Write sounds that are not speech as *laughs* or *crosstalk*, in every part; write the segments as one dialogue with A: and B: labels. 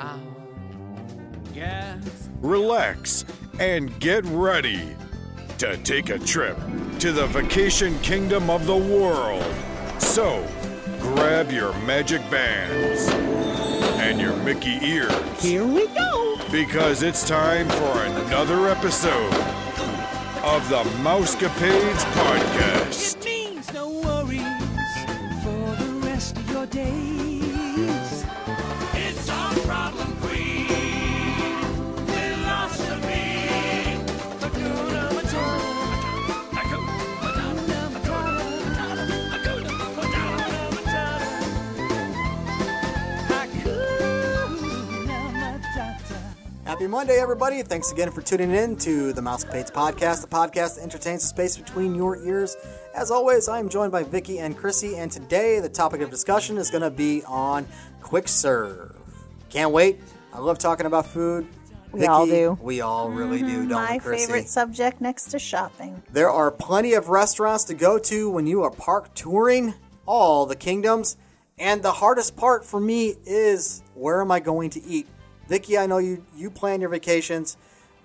A: our guest.
B: relax, and get ready to take a trip to the vacation kingdom of the world. So, grab your magic bands and your Mickey ears. Here we go! Because it's time for another episode of the Mousecapades Podcast.
A: It means no worries for the rest of your days. It's our problem queen philosophy. Hakuna Matata. Hakuna Matata. Hakuna Matata. Hakuna Matata.
C: Happy Monday, everybody. Thanks again for tuning in to the Mousecapades Podcast, the podcast that entertains the space between your ears. As always, I am joined by Vicky and Chrissy, and today the topic of discussion is going to be on quick serve. Can't wait. I love talking about food.
D: We all do.
C: We all really do, don't
D: Mm-hmm. my
C: we, Chrissy?
D: favorite subject next to shopping.
C: There are plenty of restaurants to go to when you are park touring all the kingdoms. And the hardest part for me is where am I going to eat? Vicky, I know you, you plan your vacations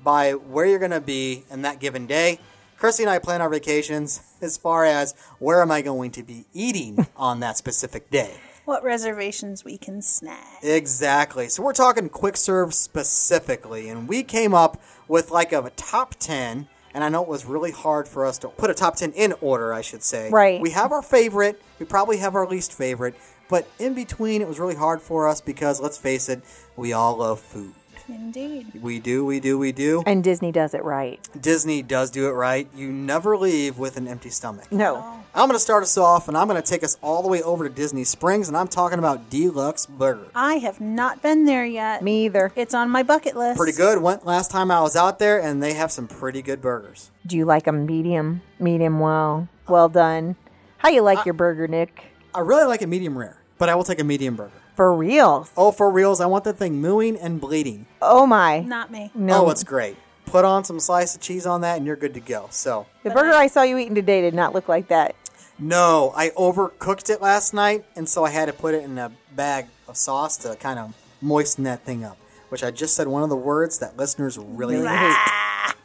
C: by where you're going to be in that given day. Chrissy and I plan our vacations *laughs* as far as where am I going to be eating on that specific day.
D: What reservations we can snag.
C: Exactly. So we're talking quick serve specifically, and we came up with like a top ten. And I know it was really hard for us to put a top ten in order, I should say.
D: Right.
C: We have our favorite. We probably have our least favorite. But in between, it was really hard for us because let's face it, we all love food.
D: Indeed.
C: We do, we do, we do.
E: And Disney does it right.
C: Disney does do it right. You never leave with an empty stomach.
D: Oh.
E: No.
C: I'm going to start us off, and I'm going to take us all the way over to Disney Springs, and I'm talking about Deluxe Burger.
D: I have not been there yet.
E: Me either.
D: It's on my bucket list.
C: pretty good. Went last time I was out there, and they have some pretty good burgers.
E: Do you like 'em medium, medium well, well done? How you
D: Uh,
E: like your burger, Nick?
C: I really like a medium rare, but I will take a medium burger.
E: For real?
C: Oh, for reals, I want that thing mooing and bleeding.
E: Oh my!
D: Not me.
E: No,
C: Oh, it's great. Put on some slice of cheese on that, and you're good to go. So,
E: the burger I saw you eating today did not look like that.
C: no, I overcooked it last night, and so I had to put it in a bag of sauce to kind of moisten that thing up. Which I just said one of the words that listeners really hate.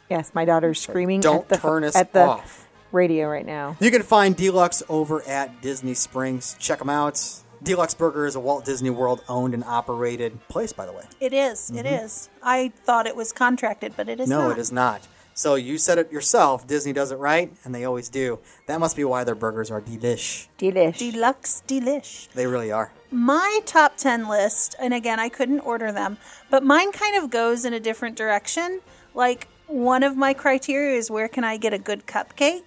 E: Yes, my daughter's screaming.
C: Don't
E: at the,
C: turn us
E: at the
C: off.
E: radio right now.
C: You can find Deluxe over at Disney Springs. Check them out. Deluxe Burger is a Walt Disney World owned and operated place, by the way.
D: It is, It is. I thought it was contracted, but it is
C: Mm-hmm. no,
D: not.
C: it is not. So you said it yourself. Disney does it right, and they always do. That must be why their burgers are delish.
E: Delish.
D: Deluxe Delish.
C: They really are.
D: My top 10 list, and again, I couldn't order them, but mine kind of goes in a different direction. Like, one of my criteria is where can I get a good cupcake?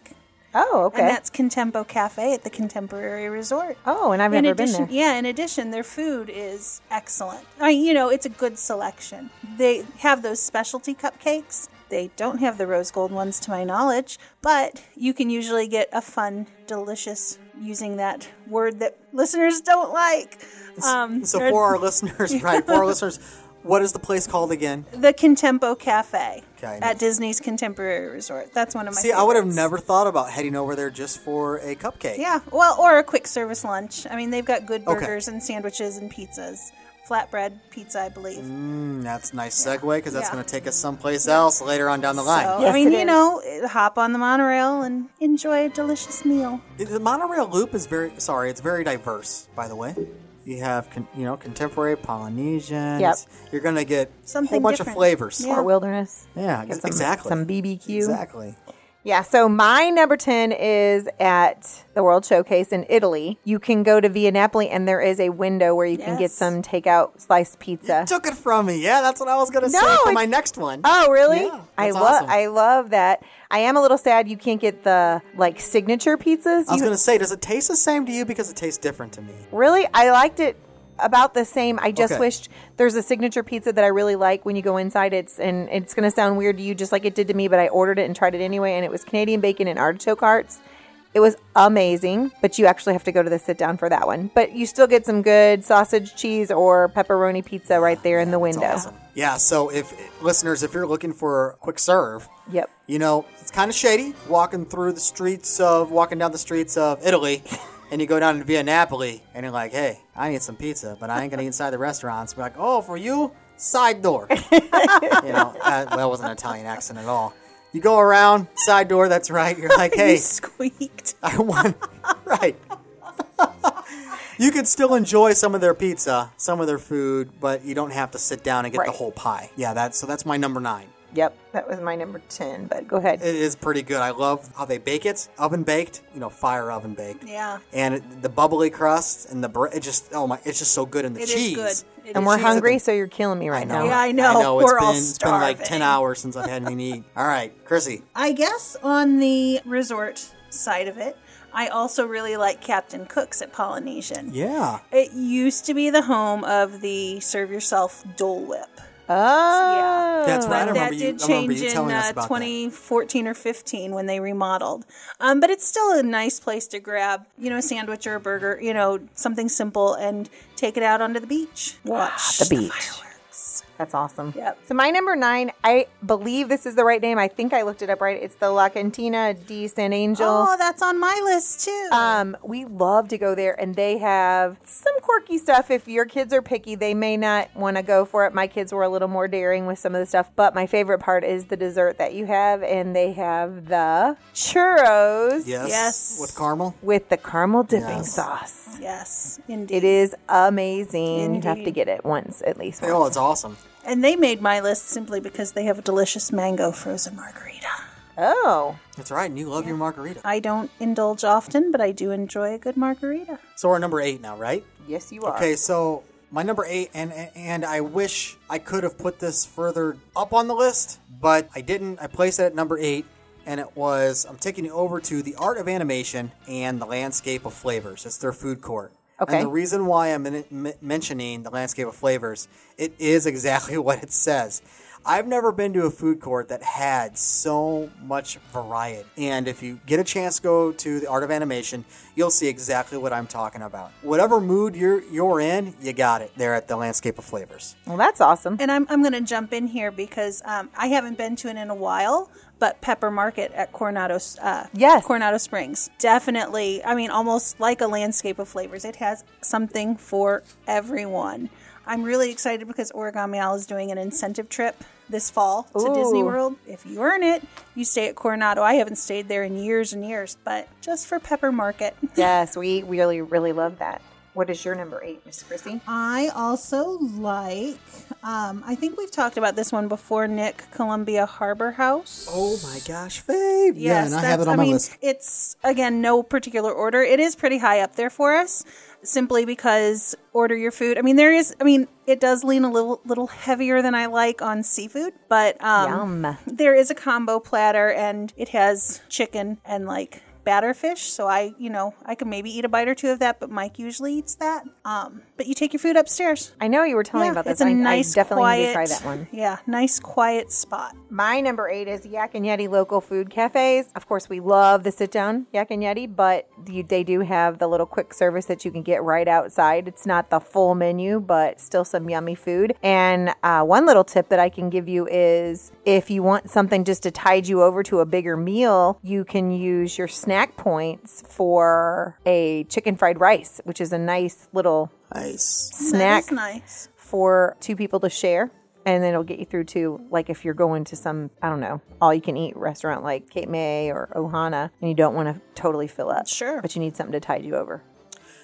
E: oh, okay.
D: And that's Contempo Cafe at the Contemporary Resort.
E: oh, and I've
D: in
E: never
D: addition,
E: been there.
D: yeah. In addition, their food is excellent. I, you know, it's a good selection. They have those specialty cupcakes. They don't have the rose gold ones, to my knowledge, but you can usually get a fun, delicious using that word that listeners don't like. Um,
C: So
D: or
C: for
D: *laughs*
C: our listeners, right? For our listeners, what is the place called again?
D: the Contempo Cafe
C: Okay.
D: at Disney's Contemporary Resort. That's one of my.
C: See, I would have
D: favorites.
C: never thought about heading over there just for a cupcake.
D: Yeah, well, or a quick service lunch. I mean, they've got good
C: Okay.
D: burgers and sandwiches and pizzas, flatbread pizza, I believe.
C: Mm, that's a nice segue because that's
D: Yeah.
C: going to take us someplace else later on down the line.
D: So, I
E: Yes,
D: mean,
E: it
D: you
E: is.
D: know, hop on the monorail and enjoy a delicious meal. *laughs*
C: The monorail loop is very sorry. It's very diverse, by the way. You have con, you know contemporary Polynesian.
E: Yep.
C: You're gonna get a whole
D: Something
C: bunch of
D: different.
C: flavors.
D: Yeah.
E: Or Wilderness.
C: Yeah,
E: Get
C: ex-
E: some-
C: exactly.
E: Some BBQ.
C: Exactly.
E: Yeah, so my number 10 is at the World Showcase in Italy. You can go to Via Napoli and there is a window where you can get
D: Yes.
E: some takeout sliced pizza.
C: Took it from me. Yeah, that's what I was gonna
E: No,
C: say for
E: it's-
C: my next one.
E: Oh, really?
C: Yeah,
E: I
C: that's
E: love
C: awesome.
E: I love that. I am a little sad you can't get the like signature pizzas.
C: I was
E: You-
C: gonna say, does it taste the same to you? Because it tastes different to me.
E: really? I liked it about the same. I just
C: Okay.
E: wished there's a signature pizza that I really like. When you go inside, it's and it's going to sound weird to you, just like it did to me. But I ordered it and tried it anyway, and it was Canadian bacon and artichoke hearts. It was amazing, but you actually have to go to the sit down for that one. But you still get some good sausage, cheese, or pepperoni pizza right there in the window.
C: Yeah, so if listeners, if you're looking for a quick serve,
E: Yep.
C: you know, it's kind of shady walking through the streets of, walking down the streets of Italy, *laughs* and you go down to Via Napoli, and you're like, hey, I need some pizza, but I ain't going to eat inside the restaurants. We're like, oh, for you, side door. you know, that, that wasn't an Italian accent at all. You go around, side door, that's right. You're like, hey,
D: You squeaked.
C: I want, *laughs* right. you can still enjoy some of their pizza, some of their food, but you don't have to sit down and get the
E: Right.
C: whole pie. Yeah, that's, so that's my number nine.
E: Yep. That was my number 10, but go ahead.
C: It is pretty good. I love how they bake it, oven baked, you know, fire oven baked.
D: Yeah.
C: And it, the bubbly crust and the bread, it just, oh my, it's just so good. And the
D: It is
C: cheese.
D: good. It
E: and
D: is
E: we're
D: good.
E: hungry, so you're killing me right now.
D: Yeah, I know.
C: it's
D: We're all
C: been, it's been like 10
D: starving.
C: hours since I've had any
D: *laughs*
C: eat. All right, Chrissy.
D: I guess on the resort side of it, I also really like Captain Cook's at Polynesian.
C: Yeah.
D: It used to be the home of the serve yourself Dole Whip.
E: Oh.
C: That's right. I
D: But that
C: remember you,
D: did
C: I remember
D: change
C: you
D: in
C: telling us
D: uh,
C: about
D: 2014 or 15 when they remodeled. Um, but it's still a nice place to grab, you know, a sandwich or a burger, you know, something simple and take it out onto Ah, the beach. Watch
E: the beach.
D: fireworks.
E: That's awesome.
D: Yep.
E: So my number nine, I believe this is the right name. I think I looked it up right. It's the La Cantina di San Angel.
D: Oh, that's on my list too.
E: Um, we love to go there, and they have some quirky stuff. If your kids are picky, they may not want to go for it. My kids were a little more daring with some of the stuff, but my favorite part is the dessert that you have, and they have the churros
C: that. Yes.
D: Yes.
C: With caramel.
E: with the caramel dipping
C: Yes.
E: sauce.
D: yes, indeed.
E: It is amazing. You have to
D: Indeed.
E: get it once, at least. Once.
C: Oh, it's awesome.
D: And they made my list simply because they have a delicious mango frozen margarita.
E: Oh,
C: That's right. And you love your margarita.
D: I don't indulge often, but I do enjoy a good margarita.
C: So we're number eight now, right?
E: yes, you are.
C: Okay, so my number eight, and and I wish I could have put this further up on the list, but I didn't. I placed it at number eight, and it was I'm taking you over to the art of animation and the landscape of flavors. It's their food court.
E: Okay.
C: And the reason why I'm men- men- mentioning the landscape of flavors, it is *laughs* exactly what it says. I've never been to a food court that had so much variety. And if you get a chance to go to the Art of Animation, you'll see exactly what I'm talking about. Whatever mood you're you're in, you got it there at the Landscape of Flavors.
E: Well, that's awesome.
D: And I'm, I'm going to jump in here because um, I haven't been to it in a while, but Pepper Market at Coronado, uh,
E: Yes.
D: Coronado Springs. Definitely, I mean, almost like a landscape of flavors. It has something for everyone. I'm really excited because Origami Owl is doing an incentive trip this fall to Disney
E: Ooh.
D: World. If you earn it, you stay at Coronado. I haven't stayed there in years and years, but just for Pepper Market.
E: *laughs* Yes, we really, really love that. What is your number eight, Miss Chrissy?
D: I also like, um, I think we've talked about this one before, Nick, Columbia Harbor House.
C: Oh my gosh, babe! yeah,
D: Yes,
C: and I
D: that's-
C: have it on
D: I
C: my
D: mean,
C: list.
D: It's again no particular order. It is pretty high up there for us, simply because order your food. I mean, there is. I mean, it does lean a little little heavier than I like on seafood, but um,
E: Yum.
D: there is a combo platter, and it has chicken and like batterfish. So I, you know, I can maybe eat a bite or two of that, but Mike usually eats that. Um, but you take your food upstairs.
E: I know you were telling me about this.
D: it's a
E: I- I
D: nice,
E: definitely
D: quiet,
E: need to try that one.
D: Yeah, nice, quiet spot.
E: My number eight is Yak and Yeti local food cafes. Of course, we love the sit down Yak and Yeti, but you, they do have the little quick service that you can get right outside. It's not the full menu, but still some yummy food. And uh, one little tip that I can give you is if you want something just to tide you over to a bigger meal, you can use your snack points for a chicken fried rice, which is a nice little
C: Nice.
E: snack
D: That is nice.
E: for two people to share and then it'll get you through to like if you're going to some i don't know all you can eat restaurant like cape may or ohana and you don't want to totally fill up
D: Sure.
E: but you need something to tide you over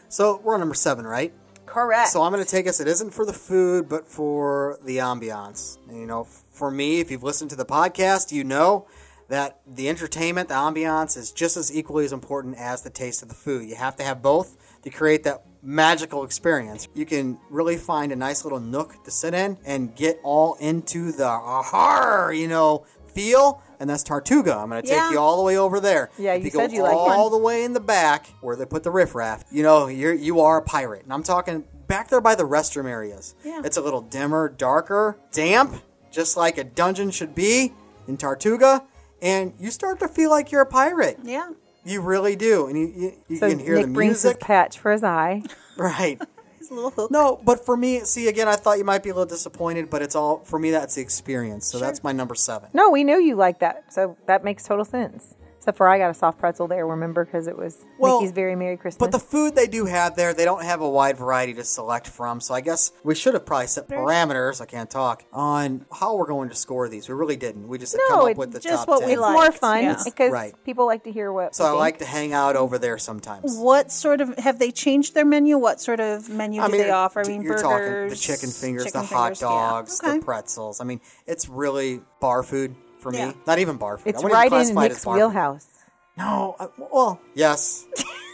C: So we're on number seven, right?
E: correct
C: So I'm going to take us. It isn't for the food, but for the ambiance. And, you know, for me, if you've listened to the podcast, you know that the entertainment, the ambiance, is just as equally as important as the taste of the food. You have to have both to create that magical experience. You can really find a nice little nook to sit in and get all into the aha, you know, feel. And that's Tartuga. I'm going to take
D: Yeah.
C: you all the way over there.
E: Yeah,
C: If
E: you
C: go
E: said you liked
C: all
E: one.
C: all the way in the back where they put the riffraff, you know, you're you are a pirate. And I'm talking back there by the restroom areas.
D: Yeah.
C: It's a little dimmer, darker, damp, just like a dungeon should be in Tartuga. And you start to feel like you're a pirate.
D: Yeah.
C: You really do. And you, you, you
E: So
C: can hear
E: Nick
C: the
E: brings his
C: music.
E: patch for his eye.
C: *laughs* right.
D: It's a little hook.
C: No, but for me, see, again, I thought you might be a little disappointed, but it's all, for me, that's the experience. So that's my number seven.
E: No, we knew you liked that, so that makes total sense. Except for I got a soft pretzel there, remember, because it was
C: Well,
E: Mickey's very Merry Christmas.
C: But the food they do have there, they don't have a wide variety to select from. So I guess we should have probably set parameters. I can't talk on how we're going to score these. We really didn't. We just
E: no,
C: come up
E: it's
C: with the
E: just
C: top
E: what
C: 10.
E: we like. More fun
D: yeah.
E: because
C: Right.
E: people like to hear what.
C: So
E: we
C: I
E: think.
C: like to hang out over there sometimes.
D: What sort of have they changed their menu? What sort of menu
C: I
D: do
C: mean, uh,
D: they offer? I mean,
C: you're
D: burgers,
C: talking the chicken fingers,
D: chicken
C: the hot
D: fingers, yeah.
C: dogs,
D: Okay.
C: the pretzels. I mean, it's really bar food for me.
D: Yeah.
C: Not even bar food. I
E: It's
C: wouldn't even
E: right in
C: classify it as
E: Nick's
C: bar food.
E: wheelhouse.
C: No, I, well,
D: *laughs*
C: yes,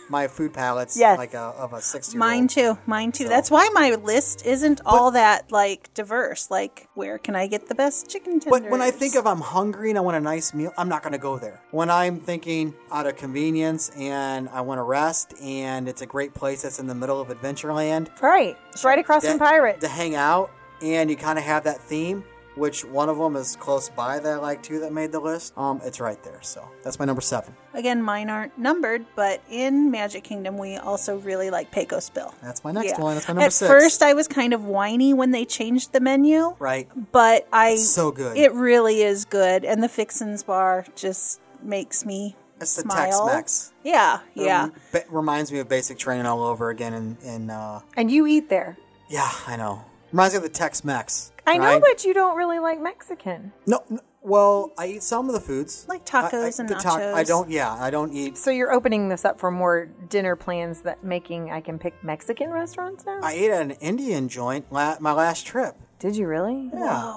C: my food palate's
E: Yes.
C: like a, of a six-year-old.
D: Mine too. Mine too. That's why my list isn't all that like diverse. Like, where can I get the best chicken tenders?
C: But when I think of I'm hungry and I want a nice meal, I'm not going to go there. When I'm thinking out of convenience and I want to rest and it's a great place that's in the middle of Adventureland,
E: Right, it's right across from
C: that-
E: Pirate.
C: to hang out and you kind of have that theme, which one of them is close by that I like too that made the list. Um, it's right there. So that's my number seven.
D: again, mine aren't numbered, but in Magic Kingdom, we also really like Pecos Bill.
C: That's my next
D: Yeah.
C: one. That's my number
D: At
C: six.
D: first, I was kind of whiny when they changed the menu,
C: right.
D: but I
C: It's so good.
D: It really is good, and the Fixins bar just makes me
C: It's the
D: smile.
C: Tex-Mex.
D: Yeah, yeah.
C: Um, ba- reminds me of basic training all over again. And in, uh,
E: and you eat there.
C: yeah, I know. Reminds me of the Tex-Mex.
E: I know,
C: right?
E: but you don't really like Mexican,
C: No, n- well, I eat some of the foods,
D: Like
C: I- I-
D: tacos and
C: the tac- I
D: nachos.
C: don't. Yeah, I don't eat.
E: so you're opening this up for more dinner plans that making I can pick Mexican restaurants now.
C: I ate at an Indian joint la- my last trip.
E: Did you really?
C: Yeah,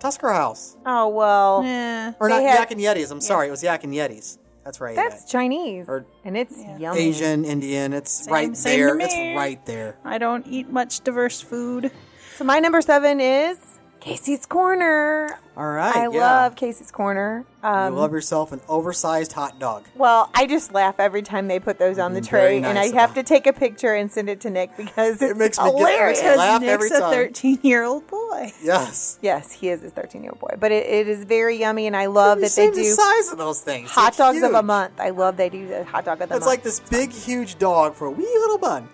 C: Tusker House
E: Oh well,
D: Eh.
C: or
E: They
C: not
E: had-
C: Yak and Yetis. I'm sorry, it was Yak and Yetis. That's right.
E: that's Chinese,
C: Or-
E: and it's yummy.
C: Asian Indian. It's right
D: same to
C: there. It's
D: me.
C: right there.
D: I don't eat much diverse food.
E: So my number seven is Casey's Corner.
C: All right.
E: I
C: yeah.
E: love Casey's Corner.
C: You
E: Um,
C: love yourself an oversized hot dog.
E: well, I just laugh every time they put those on the
C: Very
E: tray, and I
C: nice
E: have
C: of
E: to take a picture and send it to Nick because it's
C: makes me get- it
E: hilarious.
C: makes me laugh
D: Nick's
C: every
D: a
C: time.
D: 13 year old boy.
C: Yes.
E: Yes, he is his 13 year old boy, but it, it is very yummy, and I love
C: You
E: that they
C: see the
E: do
C: size of those things.
E: hot
C: They're
E: dogs of a
C: huge.
E: month. I love they do the hot dog of the
C: It's
E: month.
C: like this big, huge dog for a wee little bun,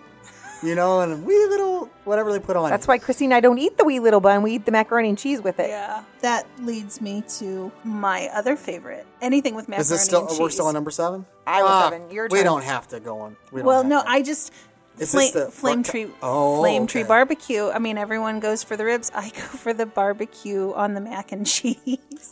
C: you know, and a wee little whatever they put on. it.
E: That's why Christy and I don't eat the wee little bun. We eat the macaroni and cheese with it.
D: Yeah, that leads me to my other favorite. Anything with macaroni
C: Is this still?
D: and cheese.
C: We're still on number seven.
E: I was
C: Ah,
E: seven. Your
C: we
E: turn.
C: don't have to go on. We don't
D: Well,
C: have
D: no,
C: to.
D: I just
C: Is
D: flame,
C: this the
D: flame
C: front co-
D: tree
C: Oh,
D: flame
C: okay.
D: tree barbecue. I mean, everyone goes for the ribs. I *laughs* go for the barbecue on the mac and cheese.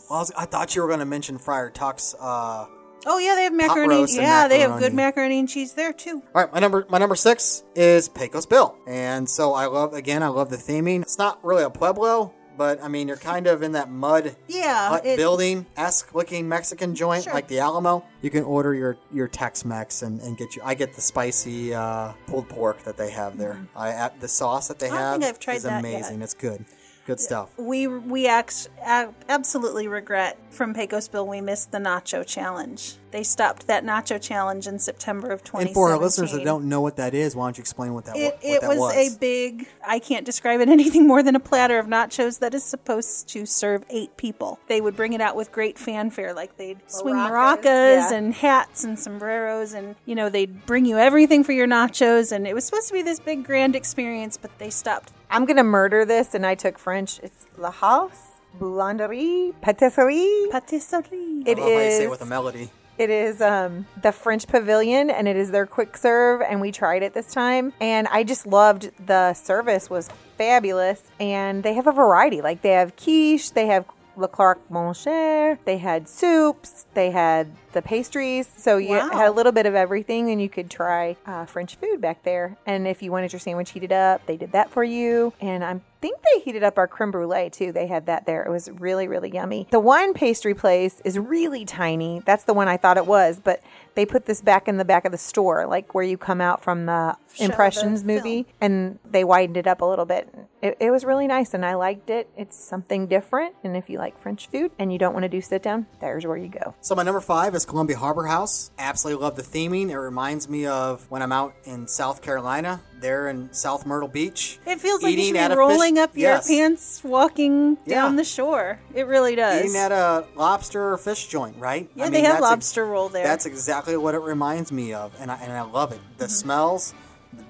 C: Well, I, was- I thought you were going to mention Friar Tuck's. Uh, all
D: Oh yeah, they have macaroni.
C: roast and
D: yeah, they have good
C: macaroni.
D: macaroni and cheese there too.
C: right, my number my number six is Pecos Bill, and so I love again. I love the theming. It's not really a pueblo, but I mean you're kind of in that mud
D: Yeah,
C: hut
D: it-
C: building esque looking Mexican joint
D: Sure.
C: like the Alamo. You can order your your Tex Mex and, and get you. I get the spicy uh, pulled pork that they have there. I uh, the sauce that they
D: Mm-hmm. don't
C: have
D: think I've tried
C: is
D: that yet.
C: amazing. It's good, good stuff.
D: We we act, ab- absolutely regret from Pecos Bill we missed the nacho challenge. They stopped that nacho challenge in September of 2017.
C: And for our listeners that don't know what that is, why don't you explain what that, wa-
D: It,
C: what
D: it
C: that
D: was, a big, I can't describe it *laughs* anything more than a platter of nachos that is supposed to serve eight people. They would bring it out with great fanfare, like they'd swing maracas
E: Maracas, yeah.
D: and hats and sombreros, and, you know, they'd bring you everything for your nachos. And it was supposed to be this big, grand experience, but they stopped.
E: I'm gonna murder this, and I took French. It's La House Boulangerie Patisserie.
D: Patisserie.
E: It
C: I love how you say
E: is-
C: it with a melody.
E: It is um, the French Pavilion, and it is their quick serve. And we tried it this time, and I just loved the service was fabulous. And they have a variety, like they have quiche, they have Le Clark Moncher, they had soups, they had the pastries. So you
D: Wow.
E: had a little bit of everything, and you could try uh, French food back there. And if you wanted your sandwich heated up, they did that for you. And I think they heated up our creme brulee too. They had that there. It was really, really yummy. The one pastry place is really tiny. That's the one I thought it was, but they put this back in the back of the store, like where you come out from the Impressions movie, and they widened it up a little bit. It, it was really nice, and I liked it. It's something different. And if you like like French food and you don't want to do sit down, there's where you go.
C: So my number five is Columbia Harbor House. Absolutely love the theming. It reminds me of when I'm out in South Carolina, there in South Myrtle Beach.
D: It feels like you
C: eating
D: should
C: at
D: be
C: a
D: rolling up your
C: yes.
D: pants, walking
C: Yeah.
D: down the shore. It really does.
C: Eating at a lobster or fish joint, right?
D: yeah, they have
C: that's ex-
D: lobster roll there.
C: That's exactly what it reminds me of, and I, and I love it. The smells,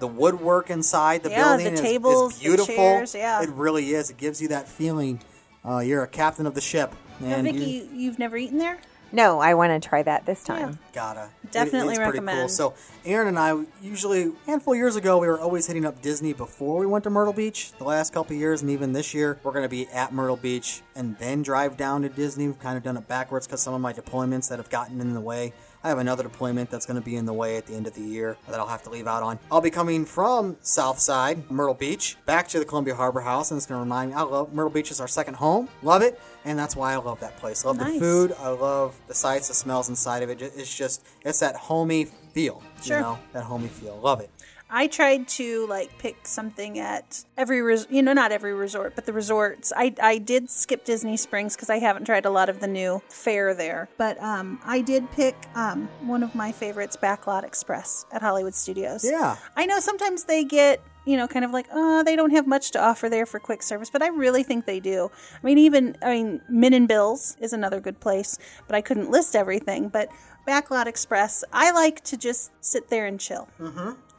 C: the woodwork inside the
D: Mm-hmm. Yeah,
C: building,
D: the
C: is-
D: tables,
C: is,
D: the
C: beautiful.
D: chairs, yeah.
C: It really is. It gives you that feeling. Uh, you're a captain of the ship,
D: Now,
C: and
D: Vicky,
C: you
D: you, you've never eaten there?
E: No, I want to try that this time.
C: gotta It-
D: Definitely
C: it's Pretty cool.
D: recommend.
C: So, Aaron and I usually a handful of years ago we were always hitting up Disney before we went to Myrtle Beach. The last couple of years, and even this year, we're gonna be at Myrtle Beach and then drive down to Disney. We've kind of done it backwards because some of my deployments that have gotten in the way. I have another deployment that's going to be in the way at the end of the year that I'll have to leave out on. I'll be coming from Southside, Myrtle Beach, back to the Columbia Harbor House, and it's going to remind me. I love Myrtle Beach is our second home. Love it, and that's why I love that place. Love the
D: Nice.
C: food. I love the sights, the smells inside of it. Ju- It's just, it's that homey feel.
D: Sure.
C: You know, that homey feel. Love it.
D: I tried to like pick something at every res- you know not every resort but the resorts. I I did skip Disney Springs because I haven't tried a lot of the new fare there. But um I did pick um one of my favorites Backlot Express at Hollywood Studios.
C: Yeah.
D: I know sometimes they get you know kind of like oh they don't have much to offer there for quick service but i really think they do i mean even i mean min and bills is another good place but i couldn't list everything but backlot express i like to just sit there and chill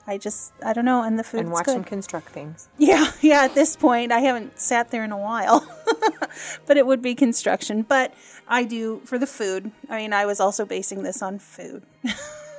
D: I just I don't know, and the food's
E: And watch
D: good.
E: them construct things.
D: yeah, *laughs* yeah. At this point, I haven't sat there in a while, *laughs* but it would be construction. But I do for the food. I mean, I was also basing this on food,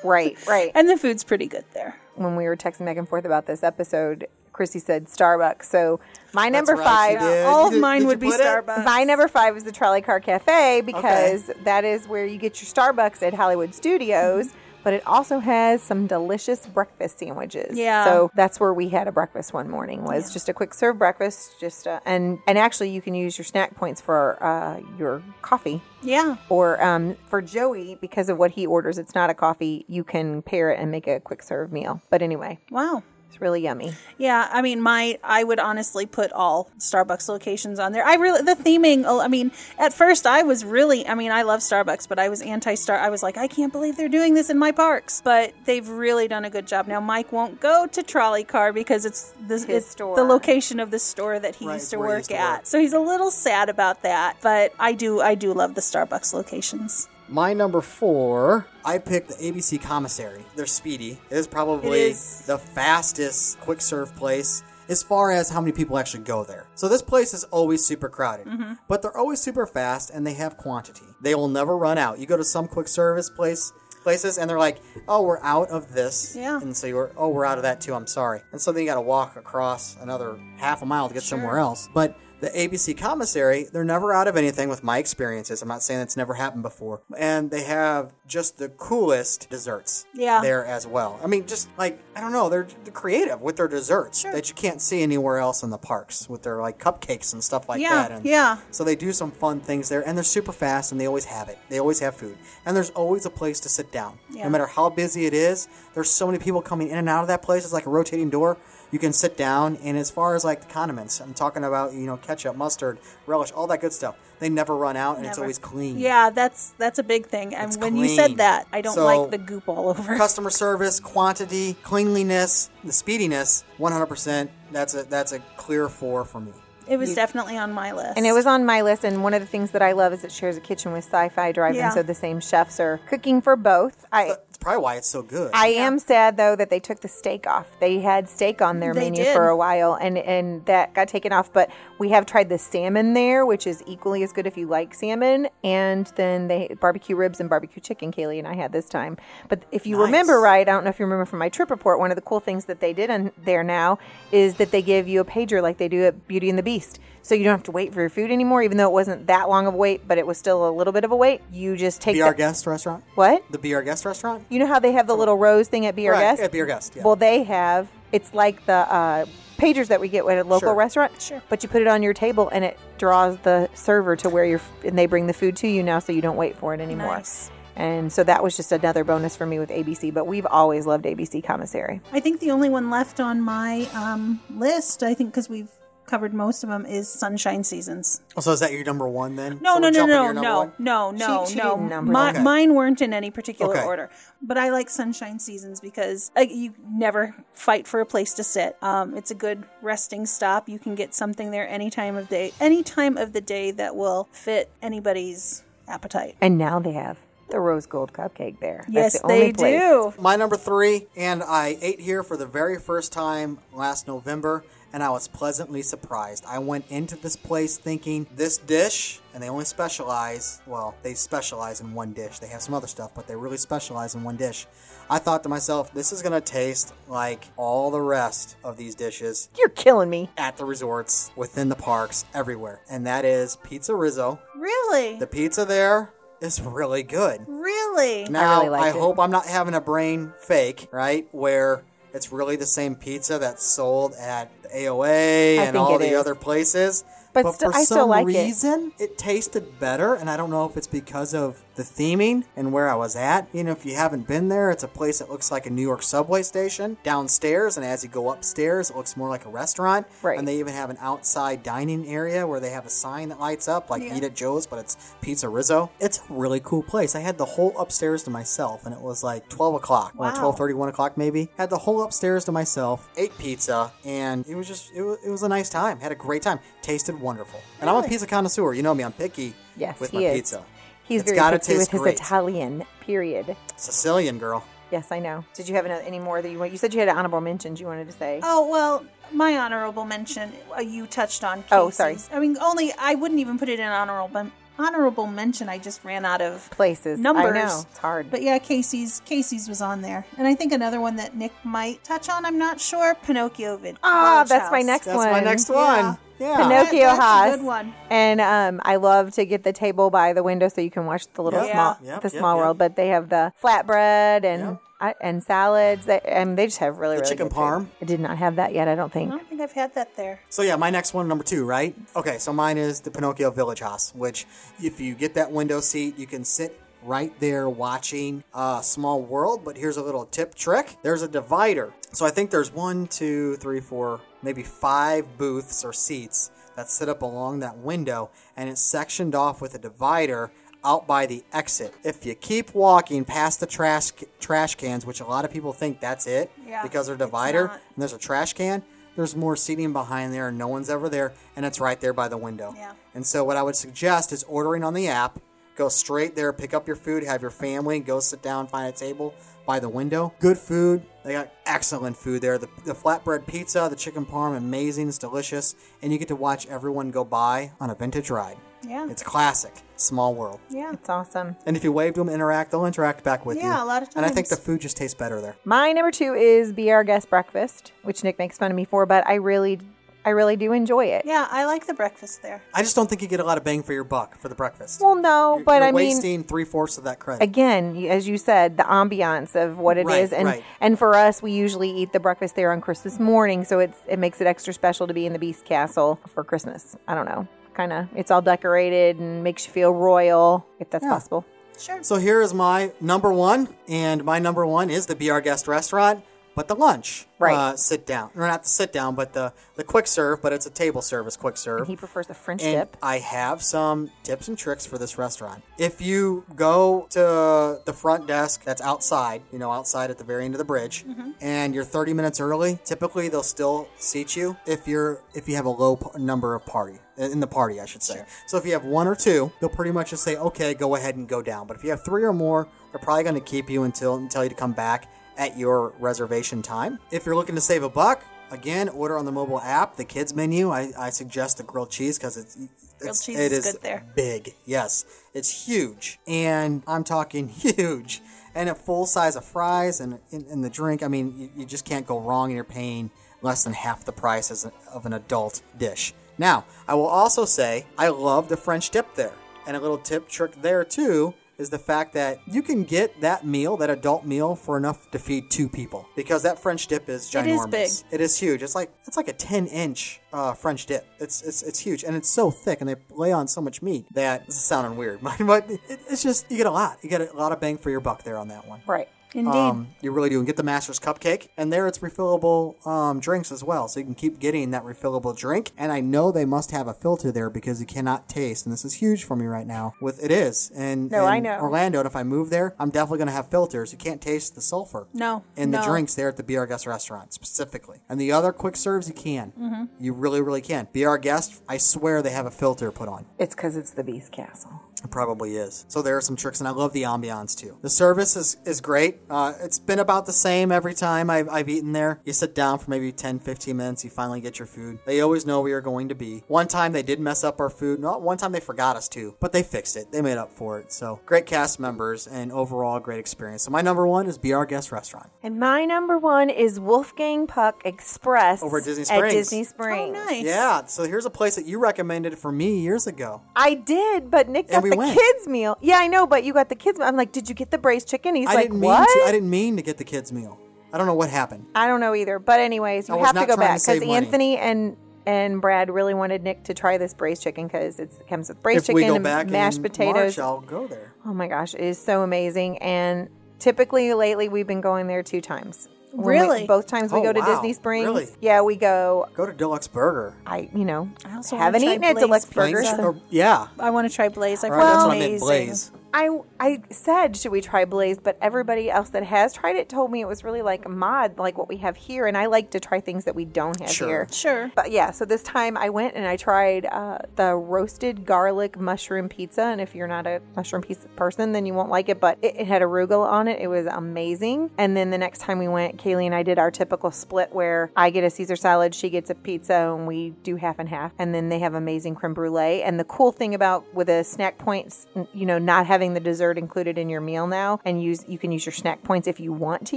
E: Right, right.
D: and the food's pretty good there.
E: when we were texting back and forth about this episode, Christy said Starbucks. So my number
C: right, she
E: five,
C: did.
D: All
C: Did-
D: of mine
C: did
D: would
C: you
D: be
C: put it?
D: Starbucks.
E: my number five is the Trolley Car Cafe because that is where you get your Starbucks at Hollywood Studios.
C: Mm-hmm.
E: But it also has some delicious breakfast sandwiches.
D: Yeah.
E: So that's where we had a breakfast one morning was just a quick serve breakfast, just uh, and and actually you can use your snack points for uh, your coffee
D: Yeah,
E: or um, for Joey because of what he orders. It's not a coffee. You can pair it and make a quick serve meal. But anyway,
D: wow.
E: it's really yummy.
D: Yeah, I mean, my I would honestly put all Starbucks locations on there. I really the theming. oh, I mean, at first I was really. I mean, I love Starbucks, but I was anti Star. I was like, I can't believe they're doing this in my parks. But they've really done a good job. Now Mike won't go to Trolley Car because it's the it's
E: store.
D: the location of the store that he
C: Right,
D: used to
C: where he
D: work
C: used to
D: at.
C: work.
D: So he's a little sad about that. But I do I do love the Starbucks locations.
C: My number four, I picked the ABC Commissary. They're speedy. It is probably
D: It is.
C: the fastest quick serve place as far as how many people actually go there. So this place is always super crowded, but they're always super fast and they have quantity. They will never run out. You go to some quick service place places and they're like, "Oh, we're out of this."
D: Yeah.
C: And so you're, "Oh, we're out of that too. I'm sorry." And so then you got to walk across another half a mile to get somewhere else. But the ABC commissary, they're never out of anything with my experiences. I'm not saying that's never happened before. And they have just the coolest desserts
D: Yeah.
C: there as well. I mean, just like, I don't know, they're, they're creative with their desserts that you can't see anywhere else in the parks with their like cupcakes and stuff like
D: Yeah,
C: that. And
D: yeah.
C: So they do some fun things there and they're super fast and they always have it. They always have food. And there's always a place to sit down.
D: Yeah.
C: No matter how busy it is, there's so many people coming in and out of that place. It's like a rotating door. You can sit down, and as far as like the condiments, I'm talking about you know ketchup, mustard, relish, all that good stuff. They never run out, and it's
D: Never.
C: always clean.
D: Yeah, that's that's a big thing. And
C: It's
D: when you
C: clean.
D: said that, I don't
C: So-
D: like the goop all
C: *laughs*
D: over.
C: Customer service, quantity, cleanliness, the speediness, 100%. That's a that's a clear four for me.
D: It was definitely on my list.
E: And it was on my list. And one of the things that I love is it shares a kitchen with Sci-Fi Drive,
D: Yeah.
E: and so the same chefs are cooking for both. I
C: That's probably why it's so good.
E: I am sad though that they took the steak off. They had steak on their
D: They
E: menu
D: did.
E: for a while, and and that got taken off. But we have tried the salmon there, which is equally as good if you like salmon. And then they barbecue ribs and barbecue chicken. Kaylee and I had this time. But if you
C: Nice.
E: remember right, I don't know if you remember from my trip report. One of the cool things that they did in there now is that they give you a pager like they do at Beauty and the Beast. So you don't have to wait for your food anymore, even though it wasn't that long of a wait, but it was still a little bit of a wait. You just take
C: Be Our
E: the-
C: Guest restaurant?
E: what
C: The Be Our Guest restaurant?
E: you know how they have the little rose thing at Be Our
C: Right,
E: Guest?
C: at Be Our Guest, yeah.
E: Well, they have, it's like the uh, pagers that we get at a local
C: Sure.
E: restaurant. Sure. But you put it on your table and it draws the server to where you're, and they bring the food to you now so you don't wait for it anymore.
D: Nice.
E: And so that was just another bonus for me with ABC, but we've always loved ABC Commissary.
D: I think the only one left on my um, list, I think, because we've covered most of them, is Sunshine Seasons.
C: Oh, So is that your number one then?
D: No,
C: So
D: no,
C: we're
D: no,
C: jumping to
D: no,
C: your number
D: no,
C: one?
D: no, no,
E: She- she
D: no.
E: didn't number
D: Mi-
C: Okay.
D: Mine weren't in any particular
C: Okay.
D: order, but I like Sunshine Seasons because uh, you never fight for a place to sit. Um, it's a good resting stop. You can get something there any time of day, any time of the day that will fit anybody's appetite.
E: And now they have the rose gold cupcake there.
D: yes,
E: That's the
D: they
E: only place.
D: do.
C: My number three, and I ate here for the very first time last November, and I was pleasantly surprised. I went into this place thinking this dish, and they only specialize, well, they specialize in one dish. They have some other stuff, but they really specialize in one dish. I thought to myself, this is gonna taste like all the rest of these dishes
E: You're killing me.
C: at the resorts, within the parks, everywhere. And that is Pizza Rizzo.
D: Really,
C: The pizza there is really good.
D: really.
C: Now, I,
E: really liked it.
C: hope I'm not having a brain fake, right? Where it's really the same pizza that's sold at the AOA
E: I
C: and
E: think
C: all
E: it
C: the
E: is.
C: other places.
E: But still-
C: for
E: I
C: some
E: still like it.
C: reason, it. tasted better, and I don't know if it's because of the theming and where I was at. You know, if you haven't been there, it's a place that looks like a New York subway station downstairs, and as you go upstairs, it looks more like a restaurant.
E: Right.
C: And they even have an outside dining area where they have a sign that lights up, like Eat at Joe's, but it's Pizza Rizzo. It's a really cool place. I had the whole upstairs to myself, and it was like 12 o'clock uh, or
D: Wow.
C: 12.30, 1 o'clock maybe. Had the whole upstairs to myself, ate pizza, and it was just, it was, it was a nice time. Had a great time. Tasted wonderful. And I'm a pizza connoisseur. You know me, I'm picky
E: Yes,
C: with
E: he
C: my
E: is.
C: pizza.
E: He's
C: It's
E: very
C: gotta
E: picky with
C: taste
E: his
C: great.
E: Italian. Period.
C: Sicilian girl.
E: Yes, I know. Did you have another, any more that you want? You said you had honorable mentions you wanted to say.
D: Oh well, my honorable mention uh, you touched on.
E: Oh, sorry.
D: Casey's. I mean, only I wouldn't even put it in honorable honorable mention. I just ran out of
E: Places.
D: numbers.
E: I know. It's hard.
D: But yeah, Casey's Casey's was on there, and I think another one that Nick might touch on. I'm not sure. Pinocchio vid.
E: ah,
D: College
E: that's my
D: House.
E: next
C: That's
E: one.
C: my next one. Yeah.
E: Pinocchio
D: That- that's a
E: Haas.
D: good one.
E: And um, I love to get the table by the window so you can watch the little
D: Yep.
E: small,
C: Yeah. Yep,
E: the
C: yep,
E: small
C: yep.
E: world. But they have the flatbread and
C: Yep.
E: I, and salads. They, and they just have really
C: The
E: really
C: chicken
E: good food.
C: parm.
E: I did not have that yet. I don't think.
D: I don't think I've had that there.
C: So yeah, my next one, number two, right? Okay, so mine is the Pinocchio Village House, which if you get that window seat, you can sit right there watching uh, Small World. But here's a little tip trick: there's a divider. So I think there's one, two, three, four, maybe five booths or seats that sit up along that window, and it's sectioned off with a divider out by the exit. If you keep walking past the trash trash cans, which a lot of people think that's it
D: Yeah,
C: because they're
D: it's
C: divider
D: not.
C: and there's a trash can, there's more seating behind there, and no one's ever there, and it's right there by the window.
D: Yeah.
C: And so, what I would suggest is ordering on the app. Go straight there, pick up your food, have your family, go sit down, find a table by the window. Good food. They got excellent food there. The, the flatbread pizza, the chicken parm, amazing. It's delicious. And you get to watch everyone go by on a vintage ride.
D: Yeah.
C: It's classic. Small world.
E: *laughs*
D: Yeah.
E: It's awesome.
C: And if you wave to them, interact, they'll interact back with you.
D: Yeah, a lot of
C: And I think
D: times.
C: the food just tastes better there.
E: My number two is be our guest breakfast, which Nick makes fun of me for, but I really, I really do enjoy it.
D: Yeah, I like the breakfast there.
C: I just don't think you get a lot of bang for your buck for the breakfast.
E: Well, no,
C: You're-
E: but
C: you're
E: I mean,
C: wasting three fourths of that credit.
E: again, y- as you said, the ambiance of what it is,
C: Right,
E: and
C: right.
E: and for us, we usually eat the breakfast there on Christmas morning, so it's it makes it extra special to be in the Beast Castle for Christmas. I don't know, kind of, it's all decorated and makes you feel royal if that's possible.
D: Sure.
C: so here is my number one, and my number one is the BR Guest Restaurant, but the lunch
E: Right.
C: uh, sit down, or not the sit down, but the the quick serve, but it's a table service quick serve.
E: He prefers the French
C: and
E: dip.
C: I have some tips and tricks for this restaurant. If you go to the front desk that's outside, you know, outside at the very end of the bridge, and you're 30 minutes early, typically they'll still seat you if you're if you have a low p- number of party uh, in the party, I should say. So if you have one or two, they'll pretty much just say, "Okay, go ahead and go down." But if you have three or more, they're probably going to keep you until until you to come back at your reservation time. If you're looking to save a buck, again, order on the mobile app, the kids menu. I, I suggest the grilled cheese because it's, it's
D: cheese
C: it
D: is
C: is
D: good there.
C: big. Yes, it's huge, and I'm talking *laughs* huge, and a full size of fries and in, the drink. I mean, you, you just can't go wrong, and you're paying less than half the price as a, of an adult dish. Now, I will also say I love the French dip there, and a little tip trick there too is the fact that you can get that meal, that adult meal, for enough to feed two people because that French dip is
D: It is
C: ginormous.
D: big.
C: It is huge. It's like it's like a ten inch uh, French dip. It's it's it's huge, and it's so thick, and they lay on so much meat *laughs* that this is sounding weird, but it, it's just you get a lot. You get a lot of bang for your buck there on that one.
E: Right.
D: Indeed.
C: Um, You really do. And get the Master's Cupcake. And there it's refillable um, drinks as well. So you can keep getting that refillable drink. And I know they must have a filter there because you cannot taste. And this is huge for me right now. With It is. And,
E: No, I
C: in
E: know.
C: Orlando, and if I move there, I'm definitely going to have filters. You can't taste the sulfur.
D: No,
C: In the
D: no.
C: drinks there at the Be Our Guest restaurant specifically. And the other quick serves, you can. You really, really can. Be Our Guest, I swear they have a filter put on.
E: It's because it's the Beast Castle.
C: It probably is. So there are some tricks, and I love the ambiance too. The service is, is great. Uh, it's been about the same every time I've, I've eaten there. You sit down for maybe 10, 15 minutes, you finally get your food. They always know where you're going to be. One time they did mess up our food. Not one time they forgot us to, but they fixed it. They made up for it. So great cast members and overall great experience. So my number one is Be Our Guest Restaurant.
E: And my number one is Wolfgang Puck Express
C: Over at Disney
E: At
C: Springs.
E: Disney Springs.
D: oh, nice.
C: Yeah, so here's a place that you recommended for me years ago.
E: I did, but Nick got
C: we
E: the
C: went.
E: kids meal. Yeah, I know, but you got the kids meal. I'm like, did you get the braised chicken? He's
C: I
E: like,
C: didn't mean
E: what?
C: to. I didn't mean to get the kids meal. I don't know what happened.
E: I don't know either. But anyways,
C: I
E: you
C: was
E: have to
C: not
E: go
C: trying to
E: back because
C: save money.
E: Anthony and and Brad really wanted Nick to try this braised chicken because it comes with braised
C: If we
E: chicken
C: go
E: and
C: back
E: mashed
C: in
E: potatoes.
C: March, I'll go there.
E: oh my gosh, it is so amazing. And typically lately we've been going there two times. When we-
D: Really?
E: both times we
C: Oh,
E: go to
C: wow.
E: Disney Springs.
C: Really?
E: Yeah, we go.
C: Go to Deluxe Burger.
E: I you know
D: I also wanna
E: haven't
D: try
E: eaten at
D: Blaze
E: Deluxe Burgers.
D: Pizza.
C: Blaze- or- yeah.
D: I want to try Blaze. I've
C: Or
D: heard
C: that's
D: it's
C: what I meant,
D: amazing.
C: Blaze.
E: I I said should we try Blaze, but everybody else that has tried it told me it was really like mod, like what we have here, and I like to try things that we don't have
C: Sure.
E: here.
D: Sure.
E: But yeah, so this time I went and I tried uh, the roasted garlic mushroom pizza, and if you're not a mushroom pizza person, then you won't like it. But it, it had arugula on it; it was amazing. And then the next time we went, Kaylee and I did our typical split where I get a Caesar salad, she gets a pizza, and we do half and half. And then they have amazing creme brulee. And the cool thing about with a snack points, n- you know, not having the dessert included in your meal now, and use you can use your snack points if you want to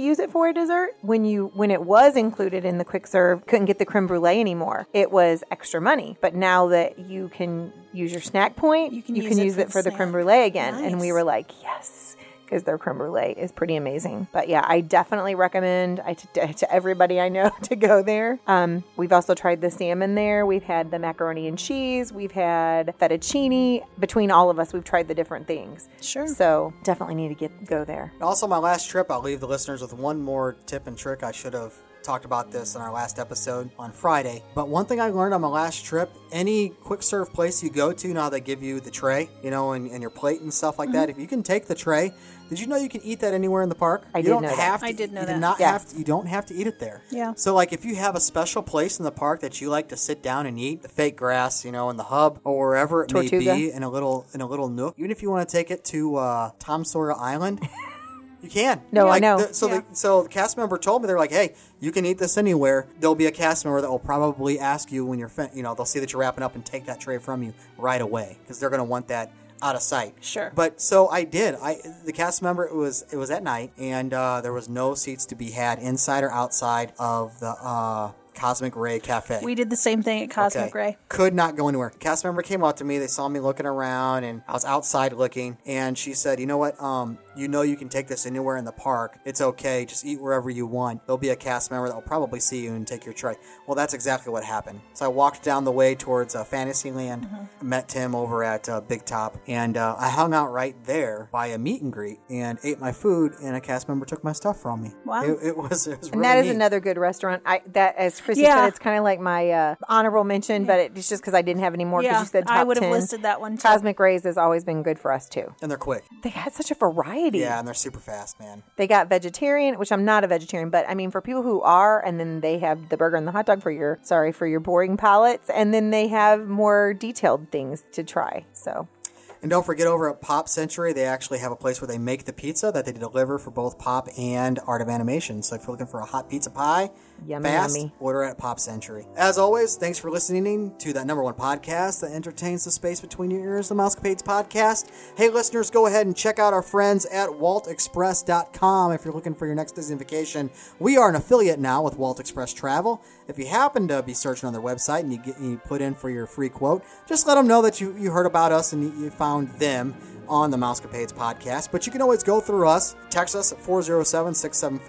E: use it for a dessert. When you when it was included in the quick serve, couldn't get the creme brulee anymore. It was extra money. But now that you can use your snack point, you can use, it, for the, creme
D: snack.
E: brulee again. And we
D: Nice.
E: were like, yes. Because their creme brulee is pretty amazing, but yeah, I definitely recommend I t- to everybody I know *laughs* to go there. Um, we've also tried the salmon there. We've had the macaroni and cheese. We've had fettuccine. Between all of us, we've tried the different things.
D: Sure.
E: So definitely need to get go there.
C: Also, my last trip, I'll leave the listeners with one more tip and trick. I should have talked about this in our last episode on Friday. But one thing I learned on my last trip any quick serve place you go to, now they give you the tray, you know, and, and your plate and stuff like
E: Mm-hmm.
C: that. If you can take the tray, did you know you can eat that anywhere in the park? I you
E: did
C: don't
E: know that.
C: have to.
D: I did know
C: you do
D: that.
C: not
E: Yeah.
C: have to- you don't have to eat it there.
D: Yeah.
C: So like if you have a special place in the park that you like to sit down and eat, the fake grass, you know, in the hub or wherever it
E: Tortuga.
C: may be, in a little in a little nook. Even if you want to take it to uh, Tom Sawyer Island, you can.
E: No, I
C: Like,
E: know.
C: The, so, the, so the cast member told me they're like, "Hey, you can eat this anywhere." There'll be a cast member that will probably ask you when you're, fin- you know, they'll see that you're wrapping up and take that tray from you right away because they're going to want that out of sight.
D: Sure.
C: But so I did. I the cast member it was it was at night and uh, there was no seats to be had inside or outside of the uh, Cosmic Ray Cafe.
D: We did the same thing at Cosmic
C: Okay.
D: Ray.
C: Could not go anywhere. Cast member came up to me. They saw me looking around, and I was outside looking. And she said, "You know what? Um, you know you can take this anywhere in the park. It's okay. Just eat wherever you want. There'll be a cast member that will probably see you and take your tray." Well, that's exactly what happened. So I walked down the way towards uh, Fantasyland,
E: Mm-hmm.
C: met Tim over at uh, Big Top, and uh, I hung out right there by a meet and greet and ate my food. And a cast member took my stuff from me.
D: Wow.
C: It, it was. It was
E: And
C: really
E: that is
C: neat.
E: another good restaurant. I that as Chrissy said,
D: Yeah.
E: it's kind of like my uh, honorable mention, but it, it's just because I didn't have any more. Because
D: Yeah,
E: you said top
D: I would have
E: 10.
D: listed that one too.
E: Cosmic Rays has always been good for us too.
C: And they're quick.
E: They had such a variety.
C: Yeah, and they're super fast, man.
E: They got vegetarian, which I'm not a vegetarian, but I mean for people who are, and then they have the burger and the hot dog for your sorry for your boring palates, and then they have more detailed things to try. So
C: And don't forget over at Pop Century, they actually have a place where they make the pizza that they deliver for both Pop and Art of Animation. So if you're looking for a hot pizza pie,
E: Yummy,
C: fast,
E: yummy.
C: order at Pop Century. As always, thanks for listening to that number one podcast that entertains the space between your ears, the Mousecapades podcast. Hey, listeners, go ahead and check out our friends at waltexpress.com if you're looking for your next Disney vacation. We are an affiliate now with Walt Express Travel. If you happen to be searching on their website and you, get, you put in for your free quote, just let them know that you, you heard about us and you- you found them on the Mousecapades podcast, but you can always go through us, text us at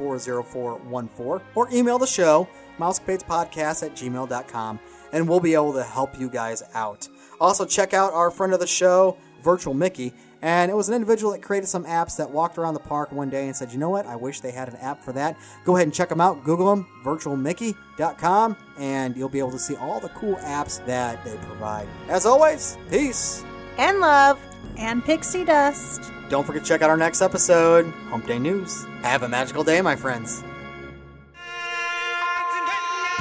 C: 407-674-0414, or email the show, mousecapadespodcast at gmail.com, and we'll be able to help you guys out. Also, check out our friend of the show, Virtual Mickey, and it was an individual that created some apps that walked around the park one day and said, you know what, I wish they had an app for that. Go ahead and check them out. Google them, virtualmickey.com, and you'll be able to see all the cool apps that they provide. As always, peace.
E: And love.
D: And pixie dust.
C: Don't forget to check out our next episode, Hump Day News. Have a magical day, my friends.